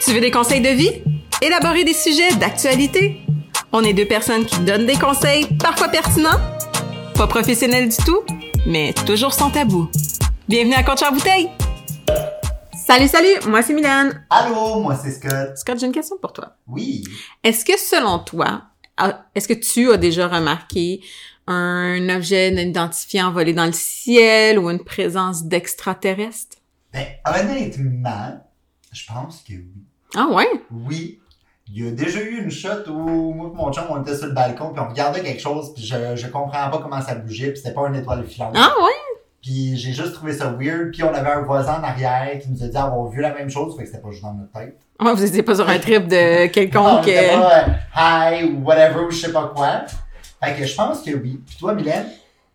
Tu veux des conseils de vie? Élaborer des sujets d'actualité? On est deux personnes qui donnent des conseils, parfois pertinents, pas professionnels du tout, mais toujours sans tabou. Bienvenue à Coach en bouteille! Salut, salut! Moi, c'est Mylène. Allô, moi c'est Scott. Scott, j'ai une question pour toi. Oui. Est-ce que, selon toi, a- est-ce que tu as déjà remarqué un objet non identifié envolé dans le ciel ou une présence d'extraterrestres? Ben, honnêtement, je pense que oui. Ah ouais? Oui. Il y a déjà eu une shot où moi et mon chum, on était sur le balcon, puis on regardait quelque chose, puis je, je comprends pas comment ça bougeait, puis c'était pas une étoile filante. Ah ouais? Puis j'ai juste trouvé ça weird, puis on avait un voisin en arrière qui nous a dit avoir vu la même chose, fait que c'était pas juste dans notre tête. Ouais, Ah, vous étiez pas sur un trip de On quelconque. était euh, pas, euh, hi ou whatever ou je sais pas quoi. Fait que je pense que oui. Puis toi, Mylène?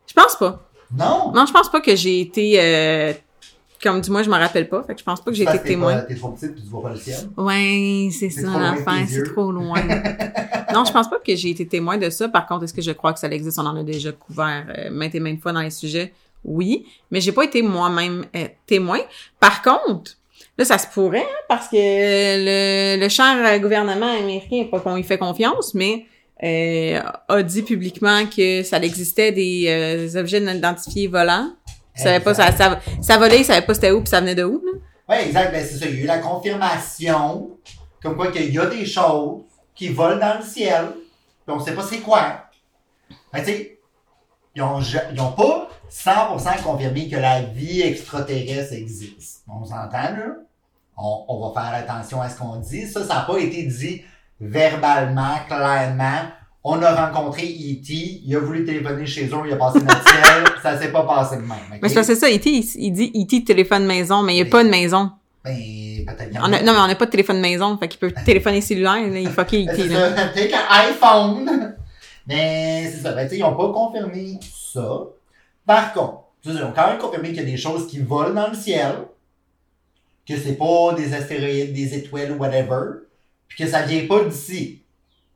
Je pense pas. Non! Non, je pense pas que j'ai été euh, comme du moins je m'en rappelle pas. Fait que je pense pas que j'ai Parce été que t'es témoin. pas- T'es trop petite, puis tu vois pas le ciel. Ouais, c'est C'est ça trop loin de l'affaire, tes c'est yeux. trop loin. non, je pense pas que j'ai été témoin de ça. Par contre, est-ce que je crois que ça existe On en a déjà couvert euh, maintes et maintes fois dans les sujets. Oui, mais j'ai pas été moi-même euh, témoin. Par contre, là ça se pourrait hein, parce que le, le cher euh, gouvernement américain, pas qu'on y fait confiance, mais euh, a dit publiquement que ça existait des euh, objets non identifiés volants. Il savait pas, ça, ça, ça volait, il savait pas c'était où, puis ça venait de où. Là. Oui, exact. Ben, c'est ça. Il y a eu la confirmation, comme quoi qu'il y a des choses qui volent dans le ciel, puis on sait pas c'est quoi. Ben, tu sais, ils ont, ja- ils ont pas 100% confirmé que la vie extraterrestre existe. On s'entend, là? On, on va faire attention à ce qu'on dit. Ça, ça n'a pas été dit verbalement, clairement. On a rencontré E.T., il a voulu téléphoner chez eux, il a passé notre ciel, ça s'est pas passé de même. ok? Mais c'est parce que c'est ça, E.T., il, il dit E.T. téléphone maison, mais il n'y a Oui. pas de maison. Ben, peut-être qu'il y en On a- a- non, mais on n'a pas de téléphone maison, fait qu'il peut téléphoner cellulaire, là, il fucké Ben, E.T. C'est là. ça, take an iPhone. Mais c'est ça, ben, tu sais, ils n'ont pas confirmé ça. Par contre, tu sais, ils ont quand même confirmé qu'il y a des choses qui volent dans le ciel, que c'est pas des astéroïdes, des étoiles ou whatever, puis que ça vient pas d'ici.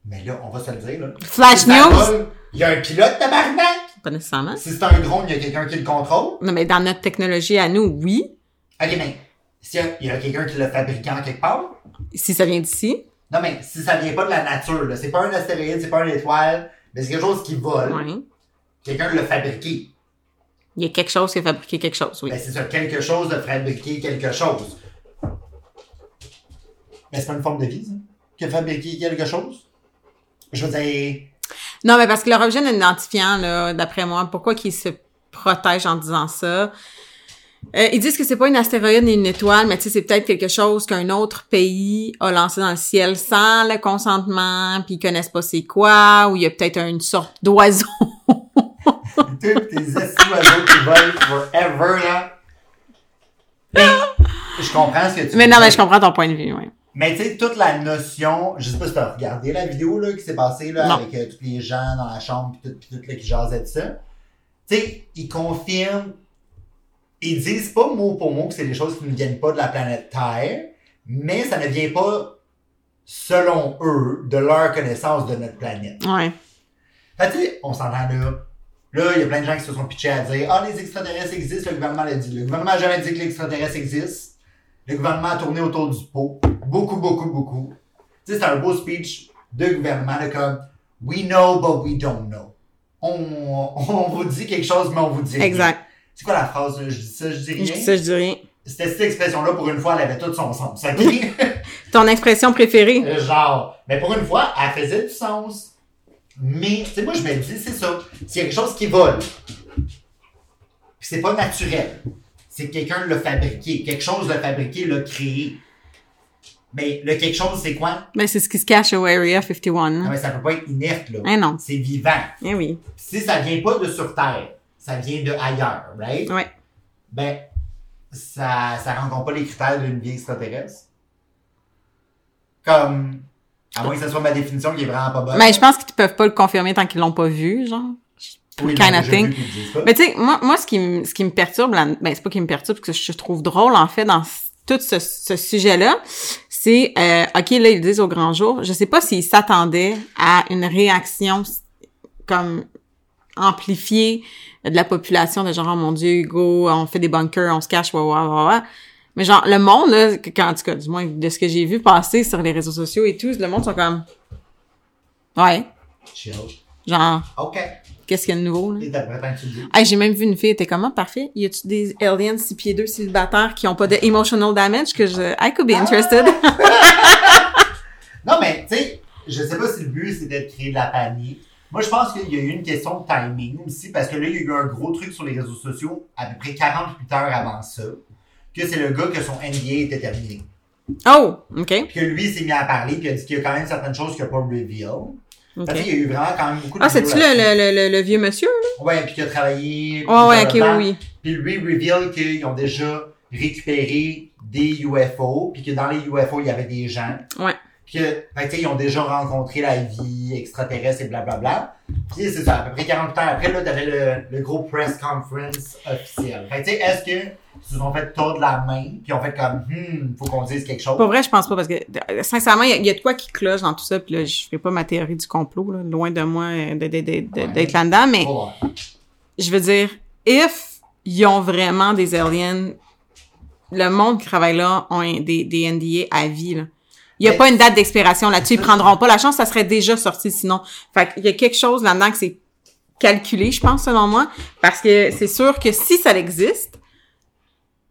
Mais là, on va se le dire, là. Flash Si ça News! vole, Il y a un pilote tabarnak! Pas nécessairement. Si c'est un drone, il y a quelqu'un qui le contrôle. Non, mais dans notre technologie à nous, oui, Ok, mais s'il y a- il y a, quelqu'un qui l'a fabriqué en quelque part, si ça vient d'ici. non, mais si ça vient pas de la nature, là, c'est pas un astéroïde, c'est pas une étoile, mais c'est quelque chose qui vole. Ouais. Quelqu'un l'a fabriqué. Il y a quelque chose qui a fabriqué quelque chose, oui. Ben, c'est ça, quelque chose de fabriquer quelque chose. Mais Ben, c'est pas une forme de vie, ça? Que fabriquer quelque chose? Je veux dire. Non, mais parce que leur objet non identifiant, là, d'après moi, pourquoi qu'ils se protègent en disant ça? Euh, ils disent que c'est pas une astéroïde ni une étoile, mais tu sais, c'est peut-être quelque chose qu'un autre pays a lancé dans le ciel sans le consentement, puis ils connaissent pas c'est quoi, ou il y a peut-être une sorte d'oiseau. Tous tes estimaux qui volent forever, là. Mais, je comprends ce que tu veux Ben. Mais non, dire. mais je comprends ton point de vue, ouais. Mais tu sais, toute la notion, je sais pas si t'as regardé la vidéo là, qui s'est passée là, Non. avec euh, tous les gens dans la chambre pis tout, pis tout là, qui jasaient de ça. Tu sais, ils confirment, ils disent pas mot pour mot que c'est des choses qui ne viennent pas de la planète Terre, mais ça ne vient pas, selon eux, de leur connaissance de notre planète. Ouais. Fait que tu sais, on s'entend là. Là, il y a plein de gens qui se sont pitchés à dire Ah, les extraterrestres existent, le gouvernement l'a dit. Le gouvernement n'a jamais dit que les extraterrestres existent. Le gouvernement a tourné autour du pot. Beaucoup, beaucoup, beaucoup. Tu sais, c'est un beau speech de gouvernement, de comme We know, but we don't know. On, on vous dit quelque chose, mais on vous dit. rien. Exact. C'est quoi la phrase là? Je dis ça, je dis Je dis rien. ça, je dis rien. C'était cette expression-là, pour une fois, elle avait tout son sens. ok? Ton expression préférée? Euh, Genre, mais pour une fois, elle faisait du sens. Mais, tu sais, moi, je me dis, c'est ça. C'est quelque chose qui vole. Puis c'est pas naturel. C'est que quelqu'un l'a fabriqué. Quelque chose l'a fabriqué, l'a créé. Mais le quelque chose, c'est quoi? Ben, c'est ce qui se cache au Area 51. Non, hein. mais ça peut pas être inerte, là. Eh non. C'est vivant. Eh oui. Puis si ça vient pas de sur Terre, ça vient de ailleurs, right? Ouais. Ben, ça, ça rencontre pas les critères d'une vie extraterrestre. Comme, à moins que ce soit ma définition qui est vraiment pas bonne. Mais Ben, je pense qu'ils peuvent pas le confirmer tant qu'ils l'ont pas vu, genre. Oui, kind non, of j'ai thing. vu qu'ils disent ça. Mais tu sais, moi, moi, ce qui me, ce qui me perturbe, là- ben, c'est pas qui me perturbe, parce que je trouve drôle, en fait, dans c- tout ce, ce sujet-là, c'est, euh, OK, là, ils le disent au grand jour, je sais pas s'ils s'attendaient à une réaction s- comme amplifiée de la population, de genre, oh mon Dieu, go, on fait des bunkers, on se cache, ouais, ouais, ouais, ouais. Mais genre, le monde, là, quand, en tout cas, du moins, de ce que j'ai vu passer sur les réseaux sociaux et tout, le monde sont comme, ouais, Chill. genre, OK. qu'est-ce qu'il y a de nouveau, là? Et d'après, tant que tu le dis. Hey, j'ai même vu une fille, elle était comment? Parfait. Y a-tu des aliens 6 pieds 2 célibataires qui ont pas de emotional damage que je, I could be interested. Non, mais, tu sais, je sais pas si le but, c'est de créer de la panique. Moi, je pense qu'il y a eu une question de timing aussi, parce que là, il y a eu un gros truc sur les réseaux sociaux à peu près 48 heures avant ça, que c'est le gars que son NBA était terminé. Oh, ok. Puis que lui, il s'est mis à parler, puis il a dit qu'il y a quand même certaines choses qu'il n'a pas reveal. ok. Parce qu'il y a eu vraiment quand même beaucoup de Ah, c'est-tu vidéos le, là-dessus. le, le, le- le vieux monsieur? Ah Ouais, puis qu'il a travaillé. Oh, ouais, plusieurs ok, oui, temps. oui. Puis lui reveal qu'ils ont déjà récupéré des UFO, puis que dans les UFO, il y avait des gens. Ouais. Puis que, ben, tu sais, ils ont déjà rencontré la vie extraterrestre et blablabla. Puis c'est ça, à peu près 40 ans après, là, t'avais le, le gros press conference officiel. Fait que, tu sais, est-ce que ils se sont fait tordre la main, puis ils ont fait comme, hmm, faut qu'on dise quelque chose. Pour vrai, je pense pas parce que, euh, sincèrement, il y a- il y, a de quoi qui cloche dans tout ça. Puis là, je ferai pas ma théorie du complot, là, loin de moi euh, de- de- de- de- d'être là-dedans. Mais Faut voir. je veux dire, if ils ont vraiment des aliens, le monde qui travaille là ont un- des, des NDA à vie. Là. Il n'y a Mais- pas une date d'expiration là-dessus. Ils prendront pas la chance. Ça serait déjà sorti sinon. Fait qu'il y a quelque chose là-dedans que c'est calculé, je pense, selon moi. Parce que c'est sûr que si ça existe,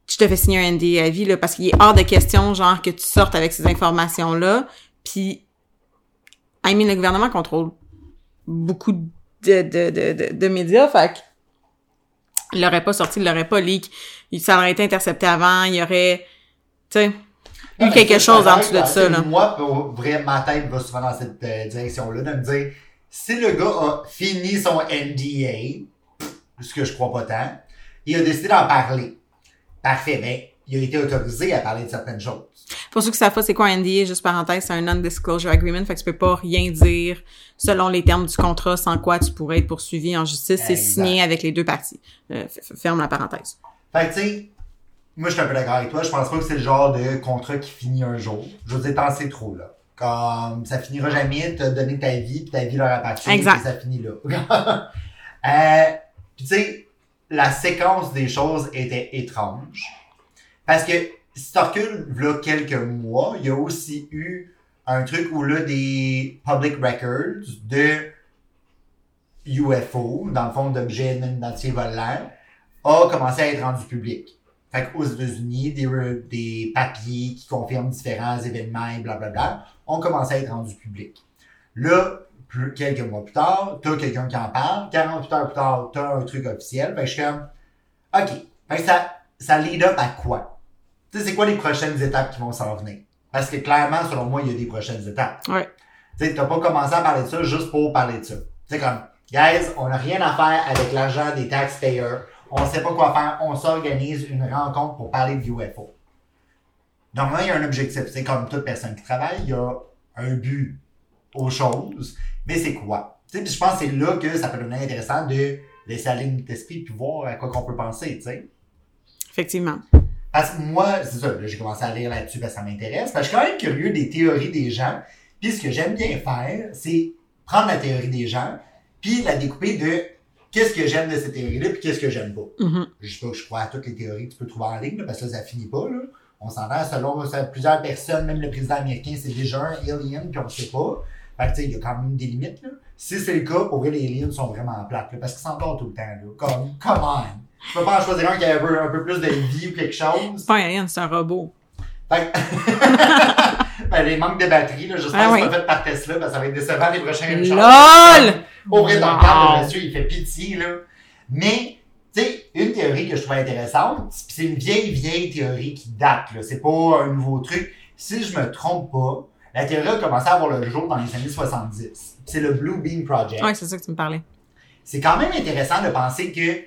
tu te fais signer un NDA à vie, là, parce qu'il est hors de question, genre, que tu sortes avec ces informations-là. Puis, I mean, le gouvernement contrôle beaucoup de, de, de, de, de médias, fait que il l'aurait pas sorti, il l'aurait pas leak, il- ça aurait été intercepté avant, il y aurait, tu sais, eu Non, mais quelque c'est chose en correct, dessous de parce ça, que là. Moi, pour vrai, ma tête va souvent dans cette euh, direction-là, de me dire, si le gars a fini son NDA, pff, ce que je crois pas tant, il a décidé d'en parler. Parfait, ben, il a été autorisé à parler de certaines choses. Pour ceux qui savent pas c'est quoi un NDA, juste parenthèse, c'est un non-disclosure agreement, fait que tu peux pas rien dire selon les termes du contrat sans quoi tu pourrais être poursuivi en justice. C'est Exact. signé avec les deux parties. Euh, f- f- ferme la parenthèse. Fait que, tu sais, moi, je suis un peu d'accord avec toi. Je pense pas que c'est le genre de contrat qui finit un jour. Je veux dire, t'en sais trop, là. Comme, ça finira jamais, t'as donné ta vie, puis ta vie leur appartient, Exact. puis ça finit là. euh, puis, tu sais, la séquence des choses était étrange. Parce que, si tu recules, là, quelques mois, il y a aussi eu un truc où, là, des public records de UFO, dans le fond, d'objets non identifiés volants, a commencé à être rendu public. Fait qu'aux États-Unis, des, re- des papiers qui confirment différents événements et blablabla ont commencé à être rendus publics. Là, plus- quelques mois plus tard, t'as quelqu'un qui en parle. 48 heures plus tard, t'as un truc officiel. Fait que je suis comme, OK. Fait que ça, ça lead up à quoi? Tu sais, c'est quoi les prochaines étapes qui vont s'en venir? Parce que clairement, selon moi, il y a des prochaines étapes. Ouais. Tu sais, t'as pas commencé à parler de ça juste pour parler de ça. C'est comme, guys, on n'a rien à faire avec l'argent des taxpayers. On sait pas quoi faire. On s'organise une rencontre pour parler de UFO. Normalement, il y a un objectif. C'est comme toute personne qui travaille, il y a un but aux choses. Mais c'est quoi? Tu sais, puis je pense que c'est là que ça peut devenir intéressant de laisser aller notre esprit puis voir à quoi qu'on peut penser, tu sais. Effectivement. Parce que moi, c'est ça, là, j'ai commencé à lire là-dessus parce que ça m'intéresse. Parce que je suis quand même curieux des théories des gens. Puis ce que j'aime bien faire, c'est prendre la théorie des gens, puis la découper de qu'est-ce que j'aime de cette théorie-là, puis qu'est-ce que j'aime pas. Mhm. Je sais pas que je crois à toutes les théories que tu peux trouver en ligne, là, parce que là, ça finit pas. Là. On s'entend selon ça- plusieurs personnes, même le président américain, c'est déjà un alien, puis on sait pas. Fait que, tu sais, il y a quand même des limites. Là. Si c'est le cas, pour vrai, les aliens sont vraiment plates, là, parce qu'ils s'en parlent tout le temps. Là. Comme, come on! Tu peux pas en choisir un qui a un peu, un peu plus de vie ou quelque chose. C'est pas un alien, c'est un robot. Fait que- ben, les manques de batterie, là, Ah j'espère que oui. c'est pas fait par Tesla, parce que ça va être décevant les prochains échanges. LOL! Au vrai, dans le Wow. cadre, monsieur, il fait pitié, là. Mais, tu sais, une théorie que je trouve intéressante, pis c'est une vieille, vieille théorie qui date, là. C'est pas un nouveau truc. Si je me trompe pas, la théorie a commencé à avoir le jour dans les années 70. C'est le Blue Beam Project. Ouais, c'est ça que tu me parlais. C'est quand même intéressant de penser que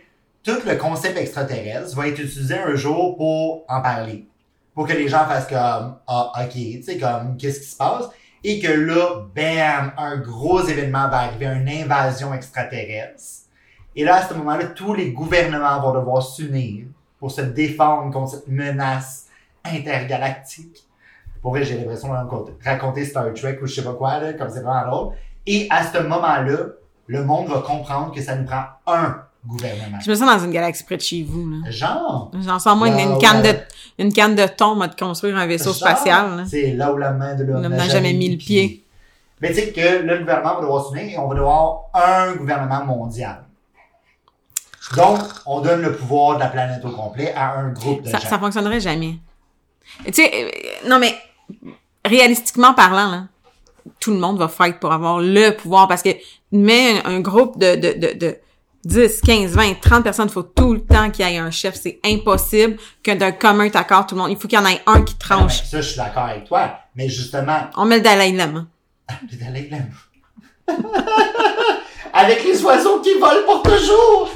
tout le concept extraterrestre va être utilisé un jour pour en parler. Pour que les gens fassent comme, ah, ok, tu sais, comme, qu'est-ce qui se passe? Et que là, bam, un gros événement va arriver, une invasion extraterrestre. Et là, à ce moment-là, tous les gouvernements vont devoir s'unir pour se défendre contre cette menace intergalactique. Pour vrai, j'ai l'impression de raconter- raconter Star Trek ou je sais pas quoi, là, comme c'est vraiment drôle. Et à ce moment-là, le monde va comprendre que ça nous prend un gouvernement. Je me sens dans une galaxie près de chez vous, là. Genre, J'en sens moi une, une Wow, canne de, Bah ouais. une canne de thon à te construire un vaisseau Genre, spatial, là. C'est là où la main de l'homme L'homme n'a jamais mis le pied. Mais tu sais que le gouvernement va devoir s'unir et on va devoir un gouvernement mondial. Donc, on donne le pouvoir de la planète au complet à un groupe de Ça, gens. ça fonctionnerait jamais. Et Tu sais, euh, non, mais réalistiquement parlant, là, tout le monde va fight pour avoir le pouvoir parce que mais un, un groupe de, de, de, de 10, 15, 20, 30 personnes, il faut tout le temps qu'il y ait un chef. C'est impossible que d'un commun accord, tout le monde. Il faut qu'il y en ait un qui Ah, ben, tranche. ça, je suis d'accord avec toi. Mais justement, On met le Dalai Lama. le Dalai Lama. avec les oiseaux qui volent pour toujours.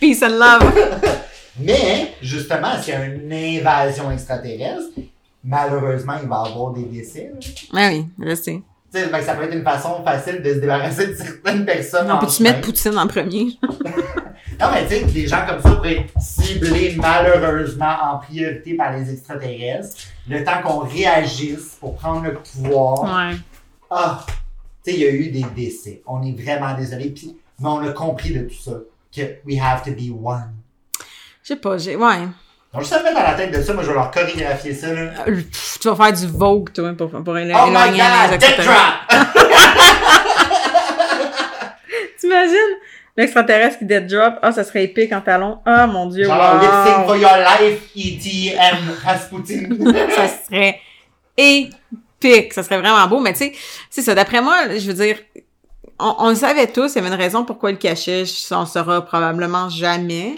Peace and love. Mais, justement, s'il y a une invasion extraterrestre, malheureusement, il va y avoir des décès. là. Ah oui, je sais. Tu sais, fait que ça peut être une façon facile de se débarrasser de certaines personnes. On en peut-tu chemin. mettre Poutine en premier? Non, mais tu sais, des gens comme ça pourraient être ciblés malheureusement en priorité par les extraterrestres. Le temps qu'on réagisse pour prendre le pouvoir. Ouais. Ah! Tu sais, il y a eu des décès. On est vraiment désolé. Puis, mais on a compris de tout ça que we have to be one. Je sais pas, j'ai. Ouais. Donc, je me mettre dans la tête de ça, moi, je vais leur chorégraphier ça, là. Euh, pff, tu vas faire du Vogue, toi, pour, pour élo- Oh my éloigner les god, death extraterrestres. trap! T'imagines l'extraterrestre qui dead drop? Ah, ça serait épique en talon. Ah, mon dieu, Genre, lip sync wow. for your life, E.T. and Rasputin. Ça serait épique. Ça serait vraiment beau. Mais tu sais, c'est ça. D'après moi, je veux dire, on, on le savait tous. Il y avait une raison pourquoi il le cachait. Je- On le saura probablement jamais.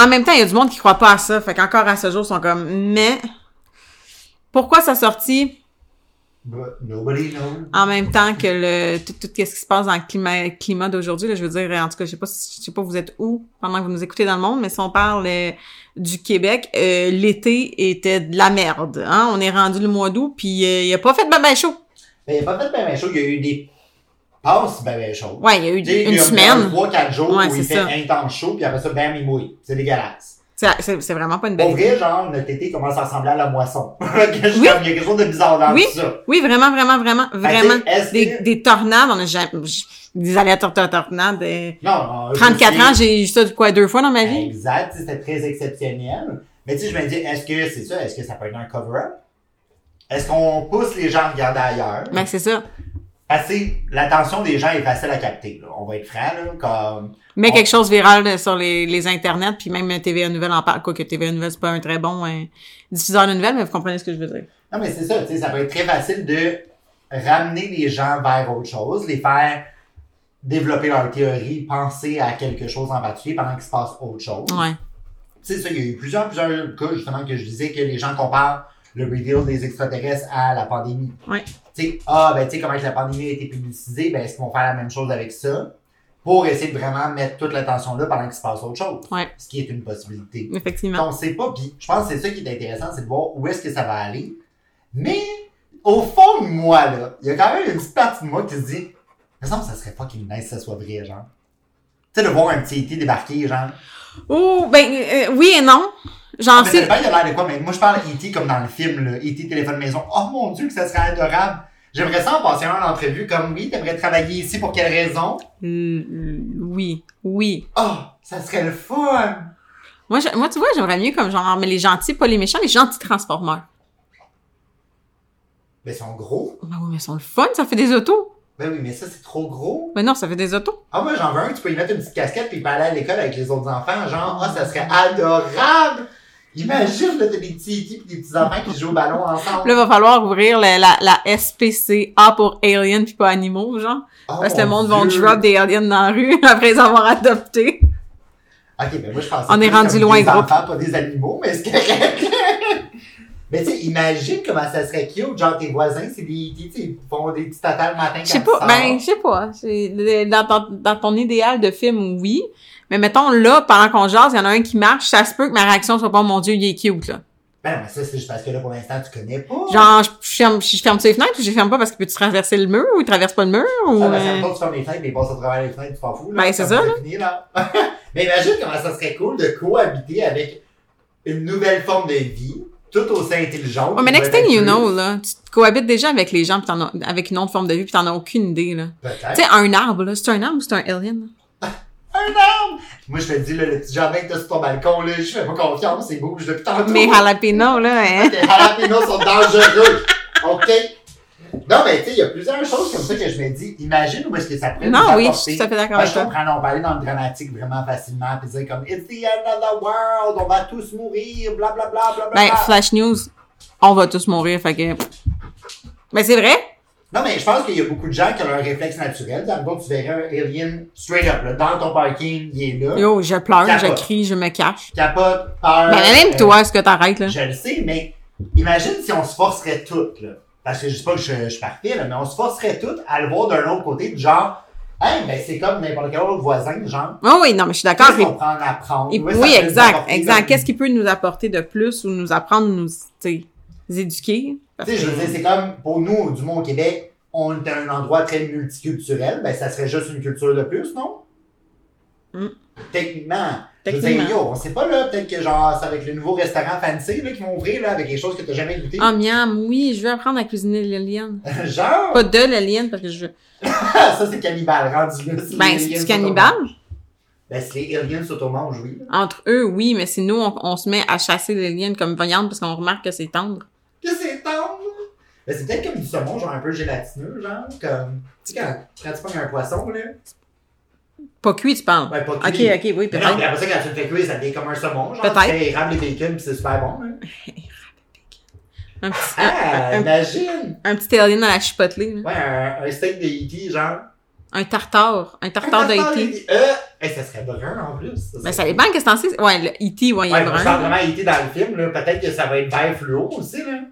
En même temps, il y a du monde qui croit pas à ça. Fait qu'encore à ce jour, ils sont comme, mais pourquoi ça sortit? But nobody knows. en même temps que le tout, tout ce qui se passe dans le climat, climat d'aujourd'hui là, je veux dire en tout cas je sais pas si- je sais pas vous êtes où pendant que vous nous écoutez dans le monde mais si on parle euh, du Québec euh, l'été était de la merde hein on est rendu le mois d'août puis euh, il a pas fait de ben chaud Mais il n'y a pas fait de ben ben chaud, il y a eu des passes ben ben chaudes. ouais il y a eu Tu sais, il une y a semaine 3-4 jours Ouais, où il c'est fait ça. intense chaud, puis après ça, bam, il mouille. C'est dégueulasse. c'est c'est- c'est vraiment pas une Pour belle vrai, genre, notre été commence à ressembler à la moisson. Que je- Oui. comme, Il y a quelque chose de bizarre dans Oui. tout ça. oui vraiment vraiment vraiment Fait que, vraiment Ah, est-ce des, que- des tornades on a jamais des aléatoires de tornades euh, Non, non, je 34 sais. ans j'ai eu ça quoi deux fois dans ma vie Exact, tu sais, c'était très exceptionnel. Mais tu sais, je me dis, est-ce que c'est ça? Est-ce que ça peut être un cover-up? Est-ce qu'on pousse les gens à regarder ailleurs? mais Ben, c'est ça Parce que l'attention des gens est facile à capter. là. On va être franc, là, comme... Mais On- quelque chose viral euh, sur les, les internets, puis même euh, TVA Nouvelle en parle. Quoique TVA Nouvelle, c'est pas un très bon euh, diffuseur de nouvelles, mais vous comprenez ce que je veux dire. Non, mais c'est ça, tu sais, ça peut être très facile de ramener les gens vers autre chose, les faire développer leur théorie, penser à quelque chose en particulier pendant qu'il se passe autre chose. Ouais. Tu sais, ça, il y a eu plusieurs, plusieurs cas, justement, que je disais que les gens comparent le reveal des extraterrestres à la pandémie. Ouais. Tu sais, ah, ben, tu sais, comment que la pandémie a été publicisée, ben, est-ce qu'ils vont faire la même chose avec ça? Pour essayer de vraiment mettre toute l'attention là pendant qu'il se passe autre chose. Ouais. Ce qui est une possibilité. Effectivement. Donc, on sait pas, puis je pense que c'est ça qui est intéressant, c'est de voir où est-ce que ça va aller. Mais, au fond de moi, là, il y a quand même une petite partie de moi qui se dit, me semble que ça serait fucking nice que ça soit vrai, genre. Tu sais, de voir un petit été débarquer, genre. Ah, Oh, ben euh, oui et non. Genre, Mais c'est... ça dépend, il a l'air de quoi, mais moi je parle E.T. comme dans le film, là. E.T. téléphone maison. Oh mon dieu, que ça serait adorable. J'aimerais ça en passer un en entrevue, comme oui, t'aimerais travailler ici pour quelle raison? Euh, euh, oui, oui. Oh, ça serait le fun! Moi, je- moi tu vois, j'aimerais mieux comme genre, mais les gentils, pas les méchants, les gentils transformeurs. Mais ils sont gros. Ben oui, mais ils sont le fun, ça fait des autos. Ben oui, mais ça c'est trop gros. Ben non, ça fait des autos. Ah, moi, j'en veux un que tu peux y mettre une petite casquette puis il peut aller à l'école avec les autres enfants. Genre, ah, ça serait adorable! Imagine, là, t'as des petits équipes des petits enfants qui jouent au ballon ensemble. Là, va falloir ouvrir la, la, la SPCA pour aliens puis pas animaux, genre. Oh, Parce que le mon monde vont Dieu. drop des aliens dans la rue après les avoir adoptés. Ok, ben moi, je pensais On est plus comme rendu loin, Des groupe. enfants, pas des animaux, mais c'est correct. mais tu sais, imagine comment ça serait cute. Genre, tes voisins, c'est des tu sais, ils font des petits tatas le matin quand Je sais tu pas, sors. ben, je sais pas. C'est- le- Dans, ton- dans ton idéal de film, oui. Mais mettons, là, pendant qu'on jase, il y en a un qui marche, ça se peut que ma réaction soit pas, mon dieu, il est cute, là. Ben, mais ça, c'est juste parce que là, pour l'instant, tu connais pas. Genre, je ferme, je ferme les fenêtres ou je ferme pas parce qu'il peut traverser le mur ou il traverse pas le mur ou, Ça, ben, ça euh, me tente, tu fermes les fenêtres, mais ils passent à travers les fenêtres, tu t'en fous. Là, Ben, c'est Comme ça, c'est fini, là. mais imagine comment ça serait cool de cohabiter avec une nouvelle forme de vie, tout aussi intelligente. Ouais, mais next thing you Peut-être know, là, tu te cohabites déjà avec les gens pis t'en as, avec une autre forme de vie pis t'en as aucune idée, là. plus. Tu Peut-être. sais, un arbre, là, c'est un arbre ou c'est un alien? là? Un Un arbre! Moi, je te dis, là, le petit jardin que t'as sur ton balcon, là, je fais pas confiance, c'est bouge depuis tantôt. Mes jalapenos, là, hein? Les jalapenos sont dangereux. OK? Non, mais tu sais, il y a plusieurs choses comme ça que je me dis. Imagine où est-ce que ça pourrait nous Non, oui, je apporter. suis tout à fait d'accord Moi, avec je toi. comprends, on va aller dans le dramatique vraiment facilement, puis dire comme It's the end of the world, on va tous mourir, blablabla, blablabla. Ben, Flash News, on va tous mourir, fait que. Mais c'est vrai? Non, mais je pense qu'il y a beaucoup de gens qui ont un réflexe naturel. Dans le fond, tu verrais un alien straight up, là, dans ton parking, il est là. Yo, je pleure, je Capote. crie, je me cache. Capote, peur. Ben, mais même euh, toi, est-ce que t'arrêtes, là? Je le sais, mais imagine si on se forcerait toutes, là. Parce que je dis pas que je, je suis parfait, là, mais on se forcerait toutes à le voir d'un autre côté, du genre, hey, ben c'est comme n'importe quel autre voisin, genre. Oui, Oh, oui, non, mais je suis d'accord. Qu'est-ce mais- qu'on prend à apprendre? Et- Où est-ce que oui, ça peut nous exact, apporter exact. comme- Qu'est-ce qui peut nous apporter de plus ou nous apprendre, nous, tu sais, nous éduquer? Parce Tu sais, je veux que- dire, c'est comme, pour nous, du moins au Québec, on est à un endroit très multiculturel, ben ça serait juste une culture de plus, non? Mm. Techniquement. Je veux Techniquement. dire, yo, on sait pas, là, peut-être que genre, c'est avec le nouveau restaurant fancy, là, qu'ils vont ouvrir, là, avec des choses que t'as jamais goûtées. Ah, miam, oui, je veux apprendre à cuisiner l'alien. Ah. genre, Pas de l'alien, parce que je veux. Ah, ça c'est cannibale, rendu là. Ben, les c'est aliens du cannibale. Ben, c'est les aliens s'automangent, oui. Entre eux, oui, mais c'est nous, on, on se met à chasser l'alien comme viande parce qu'on remarque que c'est tendre. Que c'est tendre! Ben, c'est peut-être comme du saumon, genre un peu gélatineux, genre, comme. Tu sais, quand, quand tu pognes un poisson, là. Pas cuit, tu parles. Ben, pas Ok, cuit. ok, oui, Mais non, mais peut-être. après ça, quand tu le fais cuire, ça devient comme un saumon, genre. Peut-être. Tu fais érable et bacon, pis c'est super bon, hein. Un petit, Ah, un- imagine! un petit alien à la chipotelée, là. Ouais, un, un steak de E.T., genre. Un tartare. Un tartare de Un E.T. Euh! eh, ça serait brun, en plus. Ça, Ben, serait- ça dépend, qu'est-ce que t'en sais? Ouais, le E.T., ouais, il Ouais, est on sent brun. vraiment E.T. dans le film, là. Peut-être que ça va être vert fluo aussi, là.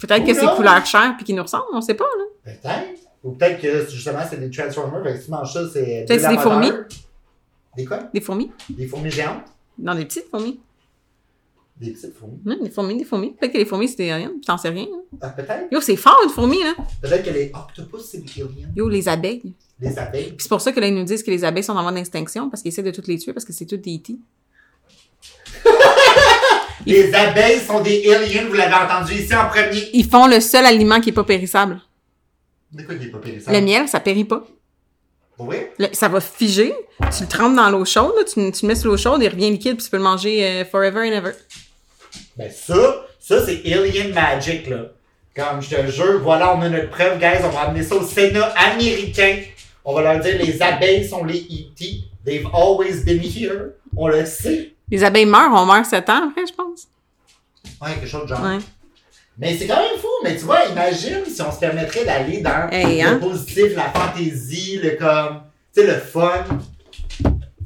Peut-être que Ou c'est non. couleur chair puis qu'il nous ressemble, on sait pas, là. Peut-être. Ou peut-être que, justement, c'est des Transformers, fait que si tu manges ça, c'est. Peut-être c'est des labradors. fourmis. Des quoi? Des fourmis. Des fourmis géantes? Non, des petites fourmis. Des petites fourmis. Hum, des fourmis, des fourmis. Peut-être que les fourmis, c'est des aliens, tu t'en sais rien. hein. Ah, peut-être. Yo, c'est fort, une fourmi, là. Peut-être que les octopus, c'est des aliens. Yo, les abeilles. Les abeilles. Puis c'est pour ça que là, ils nous disent que les abeilles sont en voie d'extinction parce qu'ils essaient de toutes les tuer parce que c'est toutes des E.T. Les abeilles sont des aliens, vous l'avez entendu ici en premier. Ils font le seul aliment qui est pas périssable. De quoi il est pas périssable? Le miel, ça périt pas. Oui. Le- ça va figer. Tu le trempes dans l'eau chaude, là, tu, tu le mets sur l'eau chaude, il revient liquide, puis tu peux le manger euh, forever and ever. Ben ça, ça c'est alien magic là. Comme je te jure, voilà, on a notre preuve, guys. On va amener ça au Sénat américain. On va leur dire les abeilles sont les E.T. They've always been here. On le sait. Les abeilles meurent, on meurt 7 ans après, je pense. Ouais, quelque chose de genre. Ouais. Mais c'est quand même fou, mais tu vois, imagine si on se permettrait d'aller dans Hey, le hein? positif, la fantaisie, le comme, tu sais, le fun.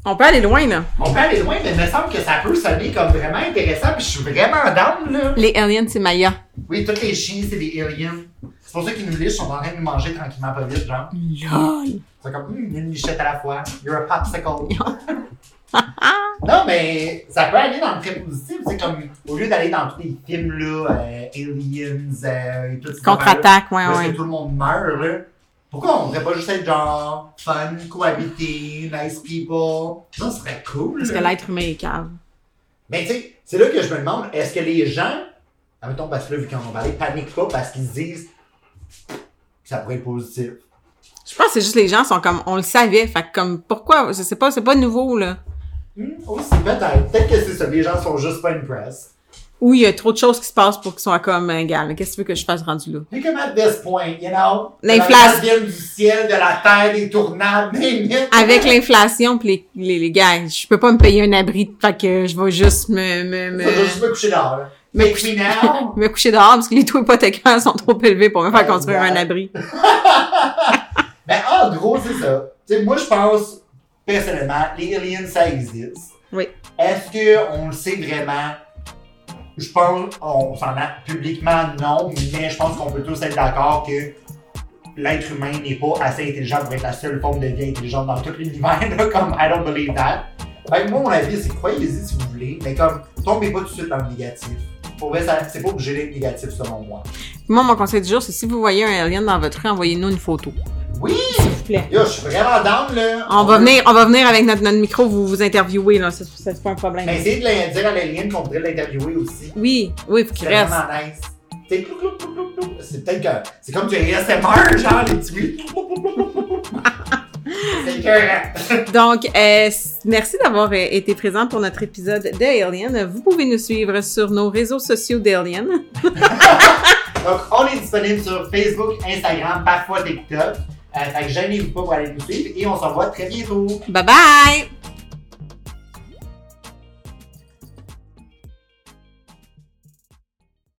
On peut aller loin, là. On peut aller loin, mais il me semble que ça peut sonner comme vraiment intéressant, puis je suis vraiment down, là. Les aliens, c'est Maya. Oui, tous les chiens, c'est des aliens. C'est pour ça qu'ils nous lichent, ils sont en train de nous manger tranquillement, pas vite, genre. LOL. C'est comme, hum, une lichette à la fois. You're a popsicle. non, mais ça peut aller dans le très positif. C'est comme, au lieu d'aller dans tous les films, là, euh, Aliens, euh, et tout ça. Contre-attaque, ouais, Parce ouais. que tout le monde meurt, là. Pourquoi on pourrait pas juste être genre fun, cohabiter, nice people? Ça serait cool. Parce que là. l'être humain est cave. Mais tu sais, c'est là que je me demande, est-ce que les gens, admettons, parce que là, vu qu'on va aller, paniquent pas parce qu'ils se disent que ça pourrait être positif. Je pense que c'est juste les gens sont comme, on le savait, fait que comme, pourquoi, je sais pas, c'est pas nouveau, là. Hmm, aussi, peut-être. Peut-être que c'est ça. Les gens sont juste pas impressed. Ou il y a trop de choses qui se passent pour qu'ils soient comme, euh, gars, là, qu'est-ce que tu veux que je fasse rendu là? Mais comme à this point, you know? L'inflation. vient du ciel, de la terre, des tournades, des mythes. Avec l'inflation pis les, les, les gars, je peux pas me payer un abri, fait que je vais juste me, me, Ça, me... Je vais juste me coucher dehors. là. me Take me now. Je vais me coucher dehors parce que les taux hypothécaires sont trop élevés pour me faire construire un abri. Ben, en gros, c'est ça. Tu sais, moi, je pense, personnellement, les aliens, ça existe. Oui. Est-ce qu'on le sait vraiment? Je pense, on s'en a publiquement, non, mais je pense qu'on peut tous être d'accord que l'être humain n'est pas assez intelligent pour être la seule forme de vie intelligente dans tout l'univers, là, comme I don't believe that. Fait que moi, mon avis, c'est croyez-y si vous voulez, mais comme, tombez pas tout de suite dans le négatif. Pour vrai, ça- c'est pas obligé d'être négatif selon moi. Moi, mon conseil du jour, c'est si vous voyez un alien dans votre rue, envoyez-nous une photo. Oui! S'il vous plaît. Yo, je suis vraiment down, là! On va venir, on va venir avec notre, notre micro, vous vous interviewer, là. C'est, Ben, c'est pas un problème. Mais Ben, essayez de la- dire à l'alien qu'on pourrait l'interviewer aussi. Oui, oui, faut qu'il C'est reste. vraiment nice. C'est plou, plou, plou, plou, plou. C'est peut-être que. C'est comme du ASMR, genre les petits bruits. C'est écœurant. Donc, euh, s- merci d'avoir euh, été présent pour notre épisode de Alien. Vous pouvez nous suivre sur nos réseaux sociaux d'Alien. Donc, on est disponible sur Facebook, Instagram, parfois TikTok. Euh, fait que gênez-vous pas pour aller nous suivre et on se revoit très bientôt. Bye bye!